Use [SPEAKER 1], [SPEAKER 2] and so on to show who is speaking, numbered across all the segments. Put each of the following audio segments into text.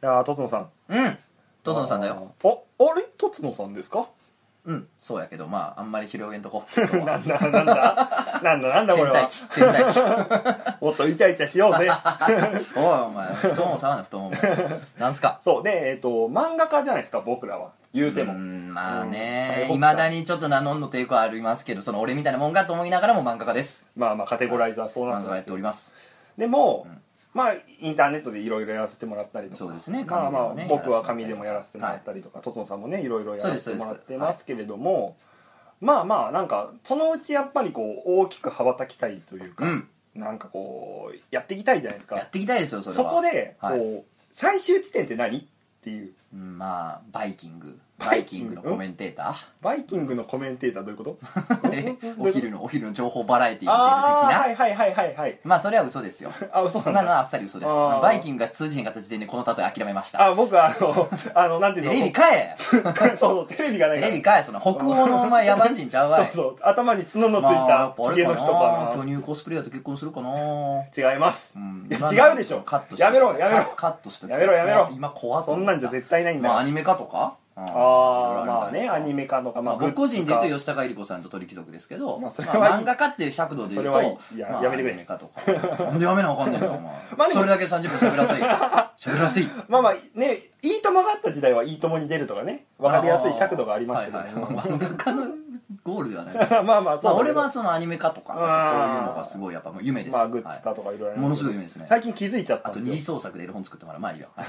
[SPEAKER 1] やーとつのさん
[SPEAKER 2] うんトツノさんだよ
[SPEAKER 1] あーああれとつのさんですか
[SPEAKER 2] うんそうやけどまああんまり広げんとこ
[SPEAKER 1] なんだなんだなんだなんだこれ
[SPEAKER 2] 倦
[SPEAKER 1] は
[SPEAKER 2] 怠期倦怠 期
[SPEAKER 1] もっとイチャイチャしよ うぜ
[SPEAKER 2] おいお前太もも触んな太ももなんすか
[SPEAKER 1] そうでえっ、と漫画家じゃないですか僕らは言うても、
[SPEAKER 2] んまあ
[SPEAKER 1] うん
[SPEAKER 2] ねいまだにちょっと名乗んの抵抗はありますけどその俺みたいなもんかと思いながらも漫画家です
[SPEAKER 1] まあまあカテゴライズはそうな
[SPEAKER 2] 漫
[SPEAKER 1] ん
[SPEAKER 2] 画家
[SPEAKER 1] で
[SPEAKER 2] やっ
[SPEAKER 1] す
[SPEAKER 2] て
[SPEAKER 1] よ
[SPEAKER 2] おります
[SPEAKER 1] でも、
[SPEAKER 2] ん
[SPEAKER 1] まあインターネットでいろいろやらせてもらったりとか
[SPEAKER 2] そうですね
[SPEAKER 1] まあまあ、
[SPEAKER 2] 紙でもね
[SPEAKER 1] 僕は
[SPEAKER 2] やらせてもらったり
[SPEAKER 1] 紙でもやらせてもらったりとかとつのさんもねいろいろやらせてもらっ
[SPEAKER 2] そうですそう
[SPEAKER 1] て
[SPEAKER 2] です
[SPEAKER 1] ますけれども、まあまあなんかそのうちやっぱりこう大きく羽ばたきたいというか、
[SPEAKER 2] うん
[SPEAKER 1] なんかこうやっていきたいじゃないです
[SPEAKER 2] や
[SPEAKER 1] か
[SPEAKER 2] っていきたいですよそ
[SPEAKER 1] そ
[SPEAKER 2] れは
[SPEAKER 1] こでこう、
[SPEAKER 2] はい
[SPEAKER 1] 最終地点って何っていう
[SPEAKER 2] うんまあバイキング
[SPEAKER 1] バ
[SPEAKER 2] バ
[SPEAKER 1] イ
[SPEAKER 2] イ
[SPEAKER 1] キ
[SPEAKER 2] キ
[SPEAKER 1] ン
[SPEAKER 2] ン
[SPEAKER 1] グ
[SPEAKER 2] グのコメンテ ータ
[SPEAKER 1] バイキングのコメンテーターどういうこと
[SPEAKER 2] ー お昼のお昼の情報バラエティーみたい
[SPEAKER 1] あ
[SPEAKER 2] な
[SPEAKER 1] あーはいはいはいはいはい
[SPEAKER 2] まあそれは嘘ですよ
[SPEAKER 1] あ嘘なん
[SPEAKER 2] 今の
[SPEAKER 1] だ
[SPEAKER 2] はあっさり嘘です
[SPEAKER 1] あー
[SPEAKER 2] バイキングが通じへんかった時点でこの例え諦めました
[SPEAKER 1] あ僕はあの あのなんて
[SPEAKER 2] テ
[SPEAKER 1] いうの
[SPEAKER 2] レビか え
[SPEAKER 1] そうそうテレビがない
[SPEAKER 2] テ
[SPEAKER 1] か
[SPEAKER 2] レ
[SPEAKER 1] ら
[SPEAKER 2] ビかえその北欧のお前野蛮人ちゃうわい
[SPEAKER 1] そうそう頭に角のつい
[SPEAKER 2] まあや
[SPEAKER 1] た
[SPEAKER 2] っぱあ
[SPEAKER 1] ヒゲ
[SPEAKER 2] れ
[SPEAKER 1] の
[SPEAKER 2] か
[SPEAKER 1] 人
[SPEAKER 2] な
[SPEAKER 1] か
[SPEAKER 2] 巨乳コスプレイヤーと結婚するかな
[SPEAKER 1] な違います
[SPEAKER 2] うん
[SPEAKER 1] いや
[SPEAKER 2] 今の
[SPEAKER 1] 違うでしょ
[SPEAKER 2] カットしとき
[SPEAKER 1] やめろやめろ
[SPEAKER 2] カカットしとき
[SPEAKER 1] やめろやめろ
[SPEAKER 2] 今怖っ
[SPEAKER 1] そんなんじゃ絶対ないんだ
[SPEAKER 2] ま
[SPEAKER 1] よ
[SPEAKER 2] あアニメ化とかあ
[SPEAKER 1] ああまあねアニメ化とかま
[SPEAKER 2] まあ、
[SPEAKER 1] あグッ
[SPEAKER 2] 僕
[SPEAKER 1] ズ
[SPEAKER 2] 個人で言う
[SPEAKER 1] とか
[SPEAKER 2] と吉高由里子さんと鳥貴族ですけど、
[SPEAKER 1] まあ
[SPEAKER 2] まあ
[SPEAKER 1] それはいい
[SPEAKER 2] 漫画家っていう尺度で言うと
[SPEAKER 1] それはいいいや
[SPEAKER 2] まあ
[SPEAKER 1] やめてくれ
[SPEAKER 2] アニメ化とかなんでやめなあかんねんなお前、
[SPEAKER 1] まあでも
[SPEAKER 2] それだけ30分喋らせい 喋らせい
[SPEAKER 1] まあまあねいいともがあった時代はいいともに出るとかねわかりやすい尺度がありましたけど
[SPEAKER 2] はい
[SPEAKER 1] ね
[SPEAKER 2] はいまあ漫画家のゴールではない
[SPEAKER 1] まあまあ
[SPEAKER 2] ま
[SPEAKER 1] そ
[SPEAKER 2] あ
[SPEAKER 1] うだ
[SPEAKER 2] 俺
[SPEAKER 1] けど
[SPEAKER 2] はそのアニメ化とか
[SPEAKER 1] あー
[SPEAKER 2] そういうのがすごいやっぱもう夢ですよ
[SPEAKER 1] まあグッズ化とかいろいろありまけど
[SPEAKER 2] はいものすごい夢ですね
[SPEAKER 1] 最近気づいちゃった
[SPEAKER 2] あ
[SPEAKER 1] ん
[SPEAKER 2] と
[SPEAKER 1] です
[SPEAKER 2] 二
[SPEAKER 1] よ
[SPEAKER 2] 次創作で本作ってもらうまあいいよ、はい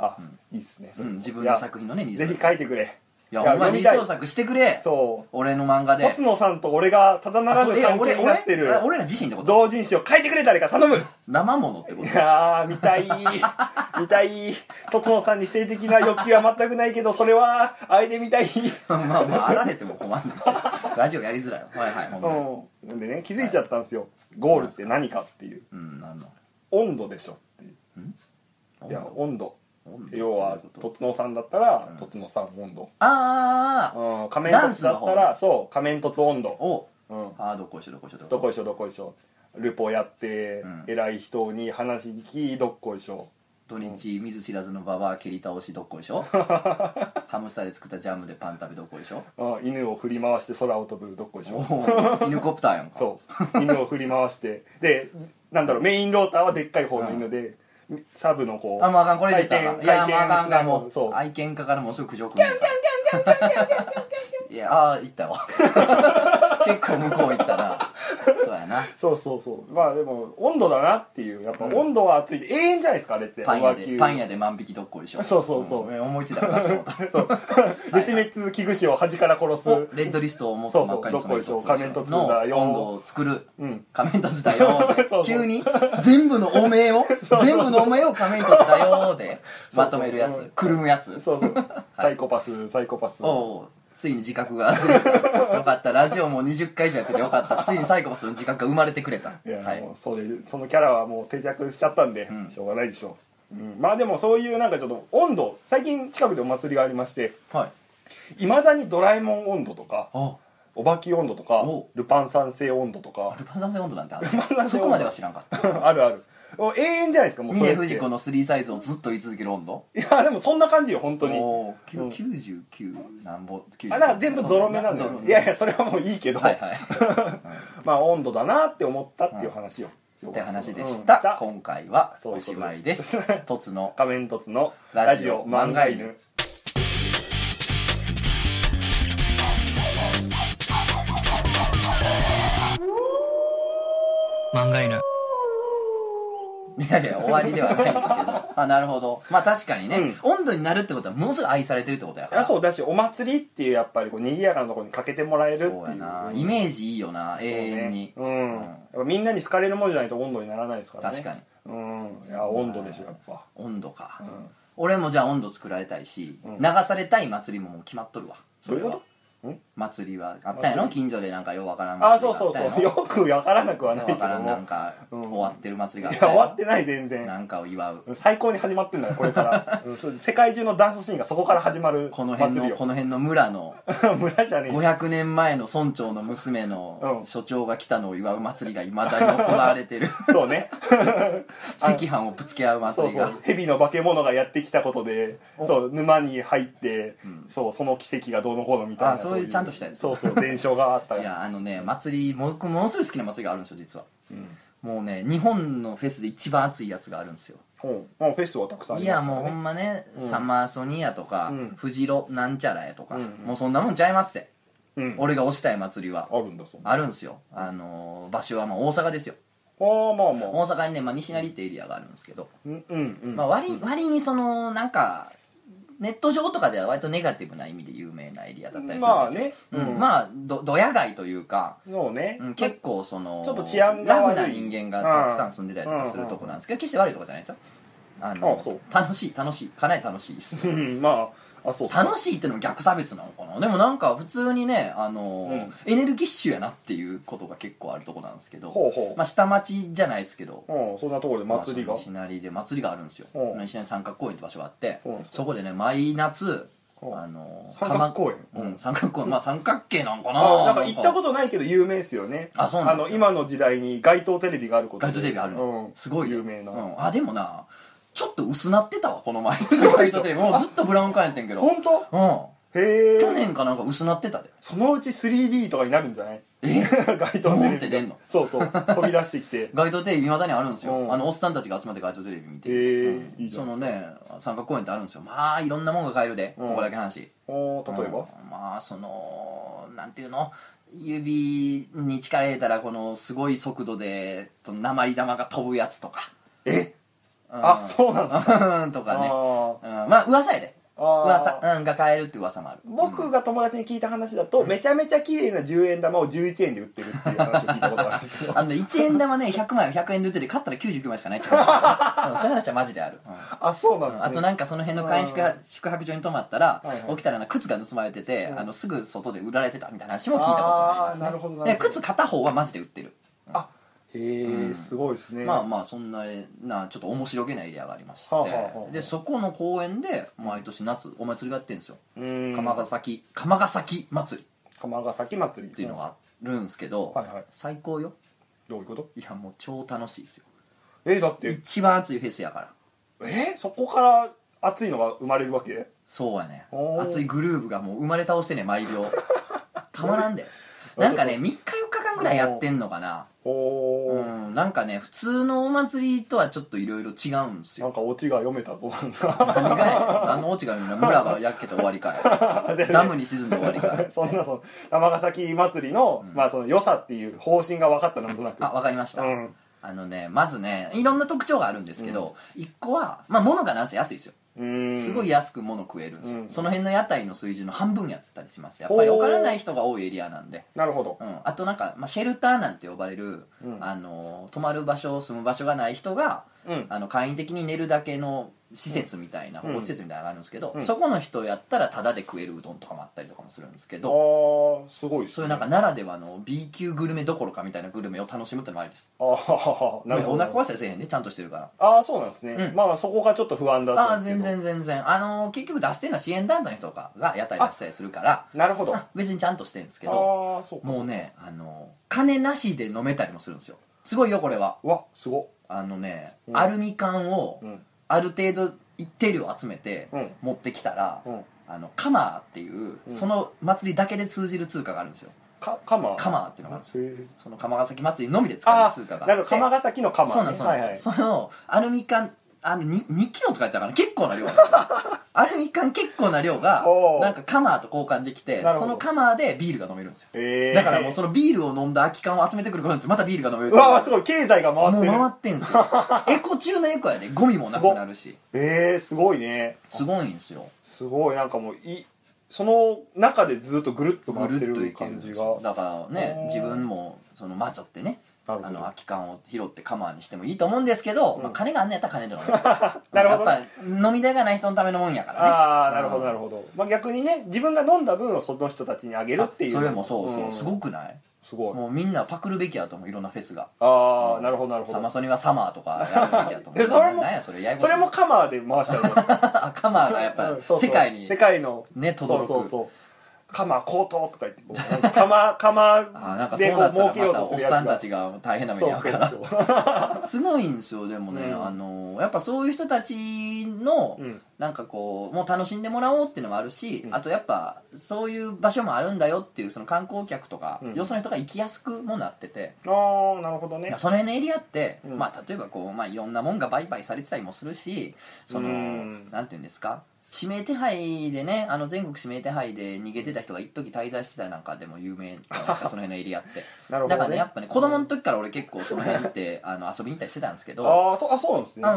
[SPEAKER 1] あいいっすねそれ
[SPEAKER 2] うん、自分の作品のね
[SPEAKER 1] い
[SPEAKER 2] 二
[SPEAKER 1] やぜ
[SPEAKER 2] 次創
[SPEAKER 1] ひ
[SPEAKER 2] 作
[SPEAKER 1] 書いてくれ
[SPEAKER 2] いやお前
[SPEAKER 1] 読み
[SPEAKER 2] 二
[SPEAKER 1] たい
[SPEAKER 2] 次創作してくれ
[SPEAKER 1] そ
[SPEAKER 2] 俺の漫画
[SPEAKER 1] う
[SPEAKER 2] で
[SPEAKER 1] 辰野さんと俺がただな
[SPEAKER 2] あ
[SPEAKER 1] ら
[SPEAKER 2] そ
[SPEAKER 1] ぬ
[SPEAKER 2] ういや
[SPEAKER 1] 関
[SPEAKER 2] 俺
[SPEAKER 1] 係になってる
[SPEAKER 2] 俺あ俺ら自身ってこと
[SPEAKER 1] 同人誌を書いてくれ誰か頼む
[SPEAKER 2] 生ものってこ
[SPEAKER 1] い
[SPEAKER 2] と
[SPEAKER 1] やー見たい 見たいとつのさんに性的な欲求は全くないけどそれはあれで見たい
[SPEAKER 2] まあまああられても困んないラジオやりづらいわはいはいほんと
[SPEAKER 1] うんなんでね気づいちゃったんですよ、ゴールって何かっていう
[SPEAKER 2] にうんなんだ
[SPEAKER 1] 温度でしょっていうんいや温度
[SPEAKER 2] 温度
[SPEAKER 1] 要は
[SPEAKER 2] どういうこと
[SPEAKER 1] とつのさんだったら
[SPEAKER 2] うん
[SPEAKER 1] とつのさん温度、
[SPEAKER 2] あーあーあ
[SPEAKER 1] うん、仮面とつだった
[SPEAKER 2] ダンスの
[SPEAKER 1] らそう仮面とつ温
[SPEAKER 2] ー
[SPEAKER 1] 度、
[SPEAKER 2] お
[SPEAKER 1] うん、
[SPEAKER 2] あーどっこいしょどっこいしょどっ
[SPEAKER 1] ど
[SPEAKER 2] こいし
[SPEAKER 1] こいしょどこいしょルポやって、
[SPEAKER 2] うん
[SPEAKER 1] 偉い人に話聞きどっこいしょ
[SPEAKER 2] ょ土日見ず知らずのババア蹴り倒しどっこ いしょハムスターで作ったジャムでパン食べどっこいしょ
[SPEAKER 1] うん犬を振り回して空を飛ぶどっこいし
[SPEAKER 2] お
[SPEAKER 1] ょ
[SPEAKER 2] ー犬コプターやんか
[SPEAKER 1] そう犬を振り回してでなんだろうメインローターはでっかい方の犬で、サブのこう
[SPEAKER 2] あもうあかんこれ
[SPEAKER 1] 回
[SPEAKER 2] 出
[SPEAKER 1] 転
[SPEAKER 2] たい
[SPEAKER 1] 回転
[SPEAKER 2] やもうあかん
[SPEAKER 1] し
[SPEAKER 2] あ
[SPEAKER 1] な
[SPEAKER 2] か
[SPEAKER 1] い
[SPEAKER 2] んも
[SPEAKER 1] そう
[SPEAKER 2] う愛犬家からもうすぐ苦情来るいやああー行ったわ結構向こう行ったなそうやな
[SPEAKER 1] そうそうそうまあでも温度だなっていうやっぱ温度は熱い、永遠じゃないですかあれって
[SPEAKER 2] パン屋で
[SPEAKER 1] お
[SPEAKER 2] パ
[SPEAKER 1] 和
[SPEAKER 2] ン屋で万引きどっこいしょ
[SPEAKER 1] そうそうそうん
[SPEAKER 2] 思いついたら出してもらった
[SPEAKER 1] 牛絶滅危惧種を端から殺す
[SPEAKER 2] おレッドリストをもっと真っ赤に染める
[SPEAKER 1] そうそうどっこいしょ仮面凸だ
[SPEAKER 2] の
[SPEAKER 1] よ
[SPEAKER 2] 温度を作る
[SPEAKER 1] うん
[SPEAKER 2] 仮面凸だよー
[SPEAKER 1] そう
[SPEAKER 2] で
[SPEAKER 1] そう
[SPEAKER 2] 急に全部の汚名を全部の汚名を仮面凸だよーでまとめるや
[SPEAKER 1] そうそう
[SPEAKER 2] つくるむやつ
[SPEAKER 1] そう そうサイコパスサイコパス
[SPEAKER 2] おおついに自 覚が出てきたよかったラジオも20回以上やっててよかったついにサイコパスの自覚が生まれてくれた
[SPEAKER 1] いや、
[SPEAKER 2] はい
[SPEAKER 1] もうそれそのキャラはもう定着しちゃったんで、
[SPEAKER 2] うん
[SPEAKER 1] しょうがないでしょう、うん、まあでもそういうなんかちょっと温度最近近くでお祭りがありまして
[SPEAKER 2] はい
[SPEAKER 1] いまだにドラえもん温度とか
[SPEAKER 2] あ
[SPEAKER 1] お化け温度とか
[SPEAKER 2] お
[SPEAKER 1] ルパン三世温度とか
[SPEAKER 2] ルパン三世温度なんてある
[SPEAKER 1] パン三世 温度
[SPEAKER 2] そこまでは知らんかった
[SPEAKER 1] あるあるもう永遠じゃないですかもうそれ
[SPEAKER 2] 峰
[SPEAKER 1] って
[SPEAKER 2] 不二子の3サイズをずっと言い続ける温度
[SPEAKER 1] いやでもそんな感じよ本当に
[SPEAKER 2] お
[SPEAKER 1] う
[SPEAKER 2] ー
[SPEAKER 1] ん
[SPEAKER 2] 九十九なんぼ99
[SPEAKER 1] あだから全部ゾロ目なんだ
[SPEAKER 2] ゾ
[SPEAKER 1] よ
[SPEAKER 2] ロ目
[SPEAKER 1] いやいやそれはもういいけど、
[SPEAKER 2] はいはい
[SPEAKER 1] まあ温度だなって思ったっていう話よ、
[SPEAKER 2] って話でし
[SPEAKER 1] うん
[SPEAKER 2] た今回は
[SPEAKER 1] そうい
[SPEAKER 2] お
[SPEAKER 1] うことです
[SPEAKER 2] しまいで すとつの
[SPEAKER 1] 仮面凸のラ
[SPEAKER 2] ラ
[SPEAKER 1] ジ
[SPEAKER 2] ジ
[SPEAKER 1] オ
[SPEAKER 2] オ
[SPEAKER 1] 漫
[SPEAKER 2] 漫
[SPEAKER 1] 画
[SPEAKER 2] 画
[SPEAKER 1] 犬
[SPEAKER 2] 犬
[SPEAKER 3] 漫画犬
[SPEAKER 2] いやいや終わりではないですけどあなるほどまあ確かにね、温度になるってことはものすごい愛されてるってことや
[SPEAKER 1] い
[SPEAKER 2] か
[SPEAKER 1] や
[SPEAKER 2] ら
[SPEAKER 1] そうだしお祭りっていうやっぱりこう賑やかなところにかけてもらえるっていう
[SPEAKER 2] そうやなイメージいいよな永遠に、
[SPEAKER 1] そうねうん、やっぱみんなに好かれるもんじゃないと温度にならないですからね
[SPEAKER 2] 確かに
[SPEAKER 1] うんいや温度でしょやっぱ
[SPEAKER 2] 温度か、
[SPEAKER 1] ん
[SPEAKER 2] 俺もじゃあ温度作られたいし、
[SPEAKER 1] うん
[SPEAKER 2] 流されたい祭りももう決まっとるわ
[SPEAKER 1] どういうこと
[SPEAKER 2] それは
[SPEAKER 1] ん
[SPEAKER 2] 祭りはあったんやろ
[SPEAKER 1] 祭り
[SPEAKER 2] 近所でなんかようわからん祭りが
[SPEAKER 1] あそうそう
[SPEAKER 2] ったんや
[SPEAKER 1] そう
[SPEAKER 2] ろ
[SPEAKER 1] よくわからなくはないけ
[SPEAKER 2] わ
[SPEAKER 1] ど
[SPEAKER 2] からんなん
[SPEAKER 1] も
[SPEAKER 2] か
[SPEAKER 1] うん
[SPEAKER 2] 終わってる祭りが
[SPEAKER 1] いや
[SPEAKER 2] あったん
[SPEAKER 1] 終
[SPEAKER 2] やろ
[SPEAKER 1] わってない全然
[SPEAKER 2] なんかを祝う
[SPEAKER 1] 最高に始まってんだよこれ から、うんそう世界中のダンスシーンがそこから始まる
[SPEAKER 2] この辺の
[SPEAKER 1] 祭り
[SPEAKER 2] この辺の村の
[SPEAKER 1] よ村じゃねえし
[SPEAKER 2] 500年前の村長の娘の
[SPEAKER 1] うん
[SPEAKER 2] 所長が来たのを祝う祭りがいまだに行われ てる
[SPEAKER 1] そうねあの
[SPEAKER 2] 赤飯をぶつけ合う
[SPEAKER 1] そ
[SPEAKER 2] 祭
[SPEAKER 1] う
[SPEAKER 2] り
[SPEAKER 1] そ
[SPEAKER 2] が
[SPEAKER 1] う蛇の化け物がやってきたことで
[SPEAKER 2] お
[SPEAKER 1] そう沼に入って、
[SPEAKER 2] ん
[SPEAKER 1] そうその奇跡がどうのこうのみたいな
[SPEAKER 2] あそういうちゃんとしたやつ
[SPEAKER 1] そうそう伝承があった
[SPEAKER 2] いやあのね祭り僕ものすごい好きな祭りがあるんですよ実は
[SPEAKER 1] うん
[SPEAKER 2] もうね日本のフェスで一番熱いやつがあるんですよ
[SPEAKER 1] ほうもうフェスはたくさんあ
[SPEAKER 2] い
[SPEAKER 1] りま
[SPEAKER 2] や
[SPEAKER 1] すから
[SPEAKER 2] もうほ
[SPEAKER 1] ね
[SPEAKER 2] んまね、
[SPEAKER 1] うん
[SPEAKER 2] サマーソニアとか、
[SPEAKER 1] うん
[SPEAKER 2] フジロなんちゃらやとか、
[SPEAKER 1] うんうん
[SPEAKER 2] もうそんなもんちゃいますって、
[SPEAKER 1] うん
[SPEAKER 2] 俺が推したい祭りは
[SPEAKER 1] あるんだそうあ
[SPEAKER 2] あるんですよあのー場所はまあ大阪ですよ
[SPEAKER 1] あまあまあ
[SPEAKER 2] 大阪にね、まあ、西成ってエリアがあるんですけど、
[SPEAKER 1] うんうんうん
[SPEAKER 2] まあ、割割にそのなんかネット上とかでは割とネガティブな意味で有名なエリアだったりするんですよ、
[SPEAKER 1] まあねうん
[SPEAKER 2] うんまあどドヤ街というか、
[SPEAKER 1] そうね、
[SPEAKER 2] うん、結構その
[SPEAKER 1] ちょっと治安が悪い
[SPEAKER 2] ラフな人間がたくさん住んでたりとかするとこなんですけど決して悪いとこじゃないですよあ
[SPEAKER 1] あ
[SPEAKER 2] の
[SPEAKER 1] そう
[SPEAKER 2] 楽しい楽しいかなり楽しいです
[SPEAKER 1] うんまああそうそう
[SPEAKER 2] 楽しいってのも逆差別なのかなでもなんか普通にねあの、エネルギッシュやなっていうことが結構あるとこなんですけど、
[SPEAKER 1] ほうほう、
[SPEAKER 2] まあ、下町じゃないですけど
[SPEAKER 1] うん、そんなところで祭りが、
[SPEAKER 2] まあその西成で祭りがあるんですよ
[SPEAKER 1] うん
[SPEAKER 2] 西成三角公園って場所があって
[SPEAKER 1] うん
[SPEAKER 2] そこでね毎夏
[SPEAKER 1] うん
[SPEAKER 2] あの
[SPEAKER 1] 三角公園
[SPEAKER 2] かまうん、三角公園まあ三角形なんかな
[SPEAKER 1] あなんか行ったこととないけど有名ですよね
[SPEAKER 2] あそうなんですよ
[SPEAKER 1] の今の時代に街頭テレビがあること
[SPEAKER 2] 街頭テレビあるの、
[SPEAKER 1] うん、
[SPEAKER 2] すごいね
[SPEAKER 1] 有名な、
[SPEAKER 2] うん、あでもなちょっと薄なってたわこの前
[SPEAKER 1] そうで
[SPEAKER 2] 街
[SPEAKER 1] しょ
[SPEAKER 2] 頭テレビもうずっとブラウン管やってんけど
[SPEAKER 1] 本当
[SPEAKER 2] う
[SPEAKER 1] へ
[SPEAKER 2] ん去
[SPEAKER 1] え
[SPEAKER 2] 年かなんか薄なってたで
[SPEAKER 1] そのうち 3D とかになるんじゃない
[SPEAKER 2] え
[SPEAKER 1] 街頭
[SPEAKER 2] ボ
[SPEAKER 1] テレ
[SPEAKER 2] ンっ
[SPEAKER 1] ビ
[SPEAKER 2] て
[SPEAKER 1] が
[SPEAKER 2] 出んの
[SPEAKER 1] そうそう飛び出してきて
[SPEAKER 2] 街頭テレビ未だにあるんですよ、
[SPEAKER 1] うん
[SPEAKER 2] あのおっさんたちが集まって街頭テレビ見て、
[SPEAKER 1] へー
[SPEAKER 2] うん
[SPEAKER 1] いいじゃ
[SPEAKER 2] そ
[SPEAKER 1] ん
[SPEAKER 2] のね三角公園ってあるんですよまあいろんなもんが買えるで、
[SPEAKER 1] うん
[SPEAKER 2] ここだけ話
[SPEAKER 1] おー例えば、
[SPEAKER 2] うんまあそのなんていうの指に力入れたらこのすごい速度でその鉛玉が飛ぶやつとか
[SPEAKER 1] え
[SPEAKER 2] うん
[SPEAKER 1] あそうなんだ
[SPEAKER 2] うん とかね
[SPEAKER 1] あ
[SPEAKER 2] うんまあ噂やで
[SPEAKER 1] ーあ
[SPEAKER 2] 噂
[SPEAKER 1] ー
[SPEAKER 2] うんが買えるって噂もある
[SPEAKER 1] 僕が友達に聞いた話だと、めちゃめちゃ綺麗な10円玉を11円で売ってるっていう話を聞いたことがあるんですけど
[SPEAKER 2] あのね1円玉ね100枚を100円で売ってて買ったら99枚しかないって話、うんそういう話はマジである、うん
[SPEAKER 1] あそうなんですね
[SPEAKER 2] あとなんかその辺の簡易宿
[SPEAKER 1] うん
[SPEAKER 2] 宿泊所に泊まった
[SPEAKER 1] は
[SPEAKER 2] ら、
[SPEAKER 1] いはい
[SPEAKER 2] 起きたらな靴が盗まれてて、
[SPEAKER 1] うん
[SPEAKER 2] あのすぐ外で売られてたみたいな話も聞いたことがあります、ね、
[SPEAKER 1] あーなるほどなるほど
[SPEAKER 2] で靴片方はマジで売ってる、
[SPEAKER 1] あへえ、
[SPEAKER 2] うん
[SPEAKER 1] すごいですね
[SPEAKER 2] まあまあそんななちょっと面白げなエリアがありまして、
[SPEAKER 1] はあはあはあ
[SPEAKER 2] でそこの公園で毎年夏お祭りがやってるんですよ、
[SPEAKER 1] うん
[SPEAKER 2] 釜ヶ崎釜ヶ崎祭り
[SPEAKER 1] 釜ヶ崎祭り
[SPEAKER 2] っていうのがあるんですけど、
[SPEAKER 1] はいはい
[SPEAKER 2] 最高よ
[SPEAKER 1] どういうこと
[SPEAKER 2] いやもう超楽しいですよ
[SPEAKER 1] えだって
[SPEAKER 2] 一番熱いフェスやから
[SPEAKER 1] えそこから熱いのが生まれるわけ
[SPEAKER 2] そうやね
[SPEAKER 1] おー
[SPEAKER 2] 熱いグルーブがもう生まれ倒してね毎 秒たまらんでなんかね3日4日間ぐらいやってんのかな
[SPEAKER 1] おお
[SPEAKER 2] う
[SPEAKER 1] ー、
[SPEAKER 2] んなんかね普通のお祭りとはちょっといろいろ違うんで す
[SPEAKER 1] な
[SPEAKER 2] よ
[SPEAKER 1] んかオチが読めた ぞなんか
[SPEAKER 2] 何がやねん何のオチが言うの村が焼けて終わ りかいダムに沈んで終わりかい
[SPEAKER 1] そんなその尼崎祭りの、まあその良さっていう方針が分かったなんとなく
[SPEAKER 2] あわかりました、
[SPEAKER 1] うん
[SPEAKER 2] あのねまずねいろんな特徴があるんですけど、一個はまあ物がなんせ安いですよ
[SPEAKER 1] うーん
[SPEAKER 2] すごい安く物食えるんですよ、
[SPEAKER 1] うん
[SPEAKER 2] その辺の屋台の水準の半分やったりしますやっぱりお金ない人が多いエリアなんで
[SPEAKER 1] なるほど
[SPEAKER 2] うん、あとなんか、まあ、シェルターなんて呼ばれる、
[SPEAKER 1] うん
[SPEAKER 2] あの泊まる場所住む場所がない人が
[SPEAKER 1] うん
[SPEAKER 2] あの簡易的に寝るだけの施設みたいな、
[SPEAKER 1] うん
[SPEAKER 2] 保護施設みたいなのがあるんですけど、
[SPEAKER 1] うん
[SPEAKER 2] そこの人やったらタダで食えるうどんとかもあったりとかもするんですけど、
[SPEAKER 1] ああすごいです、ね、
[SPEAKER 2] そういうなんかならではの B 級グルメどころかみたいなグルメを楽しむってのもありです
[SPEAKER 1] ああなるほ
[SPEAKER 2] お
[SPEAKER 1] ど
[SPEAKER 2] 腹壊したりせえへんねちゃんとしてるから
[SPEAKER 1] ああそうなんですね、
[SPEAKER 2] うん
[SPEAKER 1] まあまあそこがちょっと不安だった
[SPEAKER 2] あ
[SPEAKER 1] ん
[SPEAKER 2] あ
[SPEAKER 1] ですけ
[SPEAKER 2] 全
[SPEAKER 1] ど
[SPEAKER 2] 然全然あの結局出してるのは支援団体の人とかが屋台出したりするから
[SPEAKER 1] なるほどあ
[SPEAKER 2] あ別にちゃんとしてるんですけ
[SPEAKER 1] あ
[SPEAKER 2] ど
[SPEAKER 1] ーそうか
[SPEAKER 2] もうねあの金なしで飲めたりもするんですよすごいよこれは
[SPEAKER 1] うわすごっ
[SPEAKER 2] あのね、
[SPEAKER 1] うん
[SPEAKER 2] アルミ缶を
[SPEAKER 1] うん
[SPEAKER 2] ある程度一定量集めて
[SPEAKER 1] うん
[SPEAKER 2] 持ってきたら、
[SPEAKER 1] うん
[SPEAKER 2] あのカマーっていう、
[SPEAKER 1] うん
[SPEAKER 2] その祭りだけで通じる通貨があるんですよ
[SPEAKER 1] かカマ
[SPEAKER 2] カマーっていうのがあるんですよ
[SPEAKER 1] へー
[SPEAKER 2] その釜ヶ崎祭りのみで使え
[SPEAKER 1] あ
[SPEAKER 2] る通貨
[SPEAKER 1] あ
[SPEAKER 2] が
[SPEAKER 1] な
[SPEAKER 2] あ
[SPEAKER 1] る
[SPEAKER 2] っ
[SPEAKER 1] ほ
[SPEAKER 2] て
[SPEAKER 1] ど釜ヶ崎の釜、ね、
[SPEAKER 2] そうなんですそう
[SPEAKER 1] は
[SPEAKER 2] なん
[SPEAKER 1] いは
[SPEAKER 2] で
[SPEAKER 1] い
[SPEAKER 2] す、そのアルミ缶あの 2, 2キロとかやったかな結構な 量アルミ缶結構な量が
[SPEAKER 1] おー
[SPEAKER 2] なんかカマーと交換できて
[SPEAKER 1] なるほ
[SPEAKER 2] そ
[SPEAKER 1] ど
[SPEAKER 2] のカマーでビールが飲めるんですよ
[SPEAKER 1] えー
[SPEAKER 2] だからもうそのビールを飲んだ空き缶を集めてくることによってまたビールが飲める
[SPEAKER 1] うわーすごい経済が回っ
[SPEAKER 2] もう
[SPEAKER 1] てる
[SPEAKER 2] 回ってんすよエコ中のエコやでゴミもなくなるし
[SPEAKER 1] えー、すごいね
[SPEAKER 2] すごいんですよ
[SPEAKER 1] すごいなんかもういその中でずっとぐるっと
[SPEAKER 2] ぐ
[SPEAKER 1] 回って
[SPEAKER 2] るっと
[SPEAKER 1] る
[SPEAKER 2] いけるん
[SPEAKER 1] 感じ
[SPEAKER 2] です
[SPEAKER 1] が
[SPEAKER 2] よだから
[SPEAKER 1] あー
[SPEAKER 2] ね自分もその混ざってね
[SPEAKER 1] なるほど
[SPEAKER 2] あの空き缶を拾ってカマーにしてもいいと思うんですけど、
[SPEAKER 1] うん
[SPEAKER 2] まあ、金があんねやったら金で飲むや
[SPEAKER 1] なるほど、
[SPEAKER 2] っ
[SPEAKER 1] ね
[SPEAKER 2] ぱ飲み代がない人のためのもんやからね
[SPEAKER 1] ああなるほどな
[SPEAKER 2] る
[SPEAKER 1] るほど、まあ、逆にね自分が飲んだ分をその人たちにあげるっていう
[SPEAKER 2] それもそうそう、
[SPEAKER 1] ん
[SPEAKER 2] すごくない
[SPEAKER 1] すごい
[SPEAKER 2] もうみんなパクるべきやと思ういろんなフェスが
[SPEAKER 1] ああなるほどなるほ
[SPEAKER 2] サマ
[SPEAKER 1] ど
[SPEAKER 2] ソニはサマーとかやるべきやと 思
[SPEAKER 1] で
[SPEAKER 2] う
[SPEAKER 1] それも
[SPEAKER 2] なんやそれややこしい
[SPEAKER 1] それもカマーで回したりとか
[SPEAKER 2] あ カマー がやっ
[SPEAKER 1] う
[SPEAKER 2] ぱ
[SPEAKER 1] んそうそう
[SPEAKER 2] 世界に
[SPEAKER 1] 世界の
[SPEAKER 2] ね
[SPEAKER 1] そう
[SPEAKER 2] 轟く
[SPEAKER 1] そうそうカマー高騰とか言ってこうカ マーカマ
[SPEAKER 2] あなんか
[SPEAKER 1] で
[SPEAKER 2] そう
[SPEAKER 1] こ
[SPEAKER 2] な
[SPEAKER 1] う
[SPEAKER 2] ったら
[SPEAKER 1] 儲
[SPEAKER 2] ま
[SPEAKER 1] けよう
[SPEAKER 2] た
[SPEAKER 1] と
[SPEAKER 2] お
[SPEAKER 1] す
[SPEAKER 2] っ
[SPEAKER 1] るやつ
[SPEAKER 2] さんた
[SPEAKER 1] が
[SPEAKER 2] ちが大変な目
[SPEAKER 1] そう
[SPEAKER 2] に遭う
[SPEAKER 1] そ
[SPEAKER 2] か
[SPEAKER 1] う
[SPEAKER 2] ら
[SPEAKER 1] そう
[SPEAKER 2] すごいんですよでもね、
[SPEAKER 1] うん
[SPEAKER 2] あのやっぱそういう人たちの、
[SPEAKER 1] うん
[SPEAKER 2] なんかこうもう楽しんでもらおうっていうのもあるし、
[SPEAKER 1] うん
[SPEAKER 2] あとやっぱそういう場所もあるんだよっていうその観光客とか、
[SPEAKER 1] うん
[SPEAKER 2] よその人が行きやすくもなってて、
[SPEAKER 1] ああなるほどね
[SPEAKER 2] その辺のエリアって、
[SPEAKER 1] うん
[SPEAKER 2] まあ、例えばこう、まあ、いろんなもんが売買されてたりもするしその、
[SPEAKER 1] うん
[SPEAKER 2] なんていうんですか指名手配でねあの全国指名手配で逃げてた人が一時滞在してたなんかでも有名じゃないで すかその辺のエリアって
[SPEAKER 1] なるほどね
[SPEAKER 2] だからねやっぱね子供の時から俺結構その辺ってあの遊びに行ったりしてたんですけ ど
[SPEAKER 1] ああそうあそうなんです
[SPEAKER 2] う
[SPEAKER 1] ね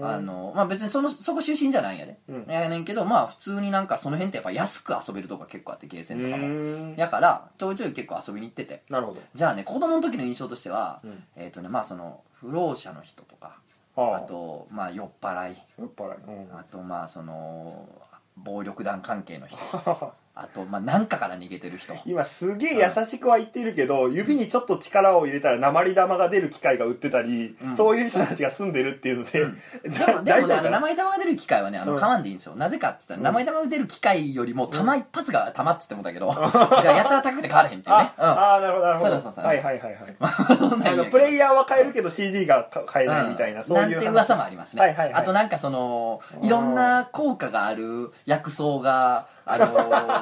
[SPEAKER 2] ん、あのまあ別にそのそこ出身じゃないんやで、
[SPEAKER 1] うん
[SPEAKER 2] やねんけどまあ普通になんかその辺ってやっぱ安く遊べるとか結構あってゲーセ
[SPEAKER 1] う
[SPEAKER 2] ンとかも
[SPEAKER 1] ん
[SPEAKER 2] だからちょいちょい結構遊びに行ってて
[SPEAKER 1] なるほど
[SPEAKER 2] じゃあね子供の時の印象としては、
[SPEAKER 1] うん
[SPEAKER 2] えっ、とねまあその不老者の人とか
[SPEAKER 1] あ
[SPEAKER 2] あとまあ酔っ払い
[SPEAKER 1] やっぱりうん
[SPEAKER 2] あとまあその暴力団関係の人
[SPEAKER 1] 笑
[SPEAKER 2] あとまあ何かから逃げてる人
[SPEAKER 1] 今すげえ優しくは言ってるけど指にちょっと力を入れたら鉛玉が出る機械が売ってたり、
[SPEAKER 2] うん
[SPEAKER 1] そういう人たちが住んでるっていうので、
[SPEAKER 2] うんで
[SPEAKER 1] だ
[SPEAKER 2] もで
[SPEAKER 1] 大
[SPEAKER 2] も
[SPEAKER 1] 丈
[SPEAKER 2] ね
[SPEAKER 1] 夫
[SPEAKER 2] あの
[SPEAKER 1] かな
[SPEAKER 2] 生玉が出る機会はねあの
[SPEAKER 1] うん
[SPEAKER 2] かまんでいいんですよ、なぜかって言ったら
[SPEAKER 1] うん
[SPEAKER 2] 生玉が出る機会よりも玉一発が玉っつってもだけどいややたら高くて変われへんっていうね
[SPEAKER 1] あ、 あーなるほどなるほど
[SPEAKER 2] そうそうそう
[SPEAKER 1] はいはいはいはい
[SPEAKER 2] うんそんな
[SPEAKER 1] あ
[SPEAKER 2] んいい
[SPEAKER 1] の
[SPEAKER 2] んやけど
[SPEAKER 1] プレイヤーは買えるけど CD が買えないみたいな、
[SPEAKER 2] うん
[SPEAKER 1] そういう話
[SPEAKER 2] なんて噂もありますね、
[SPEAKER 1] はいはいはい
[SPEAKER 2] あとなんかそのいろんな効果がある薬草が あの